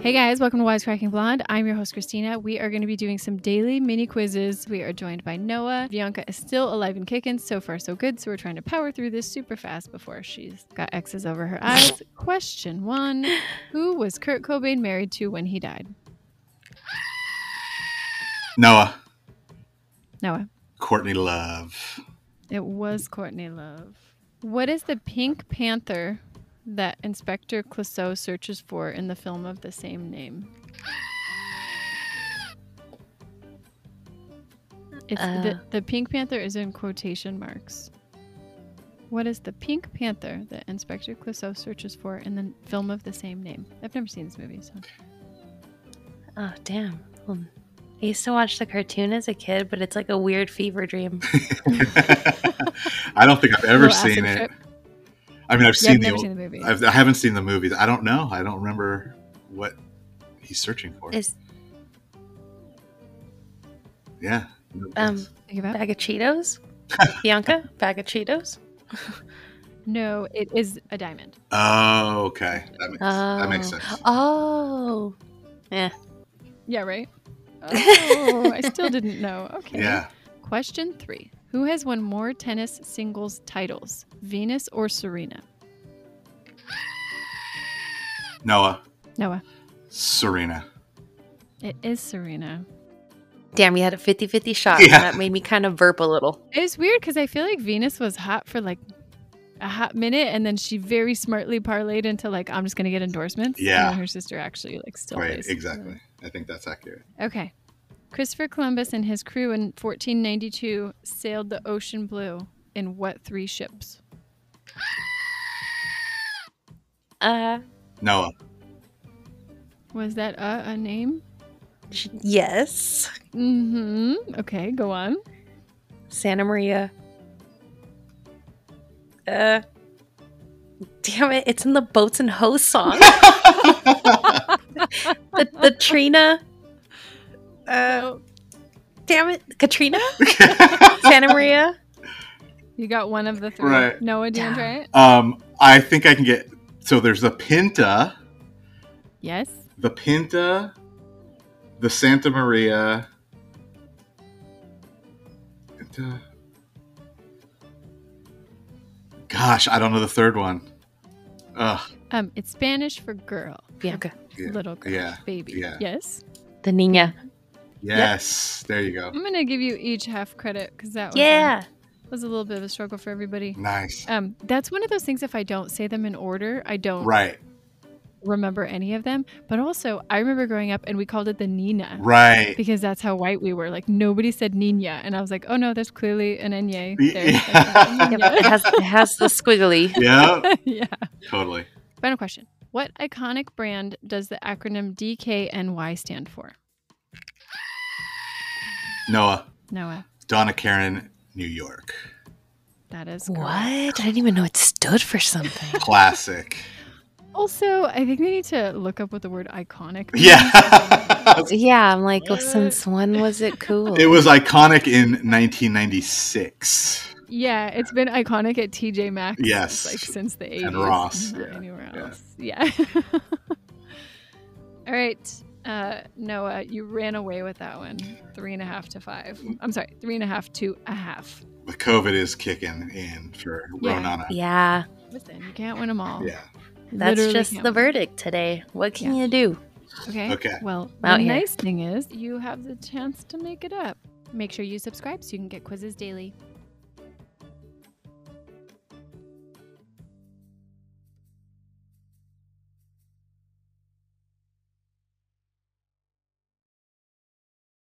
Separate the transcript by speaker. Speaker 1: Hey guys, welcome to Wisecracking Blonde. I'm your host, Christina. We are going to be doing some daily mini quizzes. We are joined by Noah. Bianca is still alive and kicking. So far, so good. So we're trying to power through this super fast before she's got X's over her eyes. Question one Who was Kurt Cobain married to when he died?
Speaker 2: Noah,
Speaker 1: Noah.
Speaker 2: Courtney Love,
Speaker 1: It was Courtney Love. What is the pink panther that Inspector Clouseau searches for in the film of the same name? It's the,
Speaker 3: Uh.
Speaker 1: the pink panther is in quotation marks. What is the pink panther that Inspector Clouseau searches for in the film of the same name? I've never seen this movie, so
Speaker 3: Oh, damn. Well, I used to watch the cartoon as a kid, but it's like a weird fever dream.
Speaker 2: I don't think I've ever
Speaker 1: Little acid
Speaker 2: seen it.
Speaker 1: trip.
Speaker 2: I mean, I've
Speaker 1: Yeah, I've
Speaker 2: seen the.
Speaker 1: never
Speaker 2: Old,
Speaker 1: seen the movie.
Speaker 2: I've, I haven't seen the movies. I don't know. I don't remember what he's searching for.
Speaker 3: Is
Speaker 2: yeah.
Speaker 3: um
Speaker 1: Think about it.
Speaker 3: bag of Cheetos? Bianca, bag of Cheetos?
Speaker 1: No, it is a diamond.
Speaker 2: oh, okay. That makes, that makes
Speaker 3: Oh.
Speaker 2: sense.
Speaker 3: Oh,
Speaker 1: Yeah, right? Oh, I still didn't know. Okay.
Speaker 2: Yeah.
Speaker 1: Question three Who has won more tennis singles titles, Venus or Serena?
Speaker 2: Noah,
Speaker 1: Noah.
Speaker 2: Serena.
Speaker 1: It is Serena.
Speaker 3: damn! You had a 50-50 shot.
Speaker 2: Yeah.
Speaker 3: And that made me kind of burp a little.
Speaker 1: It's weird because I feel like Venus was hot for like a hot minute and then she very smartly parlayed into like, I'm just going to get endorsements. And
Speaker 2: Yeah.
Speaker 1: then her sister actually like still
Speaker 2: Right.
Speaker 1: plays.
Speaker 2: Exactly. I think that's accurate.
Speaker 1: Okay. Christopher Columbus and his crew in 1492 sailed the ocean blue in what three ships?
Speaker 3: Uh,
Speaker 2: Noah,
Speaker 1: Was that a, a name?
Speaker 3: sh- yes.
Speaker 1: Mm hmm. Okay, go on.
Speaker 3: Santa Maria. Uh, damn it! It's in the boats and hoes song. the, the Trina. Uh,
Speaker 1: Oh,
Speaker 3: damn it, Katrina, Santa Maria.
Speaker 1: you got one of the three.
Speaker 2: Right.
Speaker 1: Noah, do you want to
Speaker 3: Damn.
Speaker 1: try it?
Speaker 2: um, I think I can get. So there's the Pinta,
Speaker 1: Yes.
Speaker 2: the Pinta, the Santa Maria. Pinta. Gosh, I don't know the third one. Ugh,
Speaker 1: Um, it's Spanish for girl,
Speaker 3: Bianca,
Speaker 2: Yeah.
Speaker 1: little girl,
Speaker 2: Yeah.
Speaker 1: baby.
Speaker 2: Yeah.
Speaker 1: Yes.
Speaker 3: the Nina.
Speaker 2: yes, there you go.
Speaker 1: I'm gonna give you each half credit because that was, um,
Speaker 3: Yeah.
Speaker 1: was a little bit of a struggle for everybody.
Speaker 2: Nice.
Speaker 1: Um, that's one of those things. If I don't say them in order, I don't
Speaker 2: Right,
Speaker 1: remember any of them. But also, I remember growing up and we called it the Nina
Speaker 2: right.
Speaker 1: because that's how white we were. Like nobody said Nina, and I was like, oh no, there's clearly an Nye there.
Speaker 2: Yeah.
Speaker 3: Yep, it has it has the squiggly.
Speaker 2: Yeah,
Speaker 1: yeah.
Speaker 2: totally.
Speaker 1: Final question. What iconic brand does the acronym DKNY stand for?
Speaker 2: Noah,
Speaker 1: Noah,
Speaker 2: Donna Karen, New York.
Speaker 1: that is correct.
Speaker 3: What? I didn't even know it stood for something.
Speaker 2: Classic.
Speaker 1: Also, I think they need to look up what the word iconic means.
Speaker 2: Yeah.
Speaker 3: yeah, I'm like,
Speaker 1: What?
Speaker 3: since when was it cool?
Speaker 2: it was iconic in 1996.
Speaker 1: Yeah, it's been iconic at TJ Maxx
Speaker 2: Yes.
Speaker 1: like since the 80s.
Speaker 2: Ross,
Speaker 1: not
Speaker 2: yeah,
Speaker 1: Anywhere
Speaker 2: yeah.
Speaker 1: else. Yeah. All right. Uh, Noah, you ran away with that one. Three and a half to five. I'm sorry, three and a half to a half.
Speaker 2: The COVID is kicking in for
Speaker 1: Yeah.
Speaker 2: Ronana.
Speaker 3: Yeah,
Speaker 1: Listen, you can't win them all.
Speaker 2: Yeah.
Speaker 3: that's
Speaker 1: Literally
Speaker 3: just
Speaker 1: can't
Speaker 3: the
Speaker 1: win 'em all.
Speaker 3: verdict today. What can
Speaker 1: Yeah.
Speaker 3: you do?
Speaker 1: Okay.
Speaker 2: Okay.
Speaker 1: Well,
Speaker 3: Out
Speaker 1: the
Speaker 3: here.
Speaker 1: nice thing is you have the chance to make it up. Make sure you subscribe so you can get quizzes daily.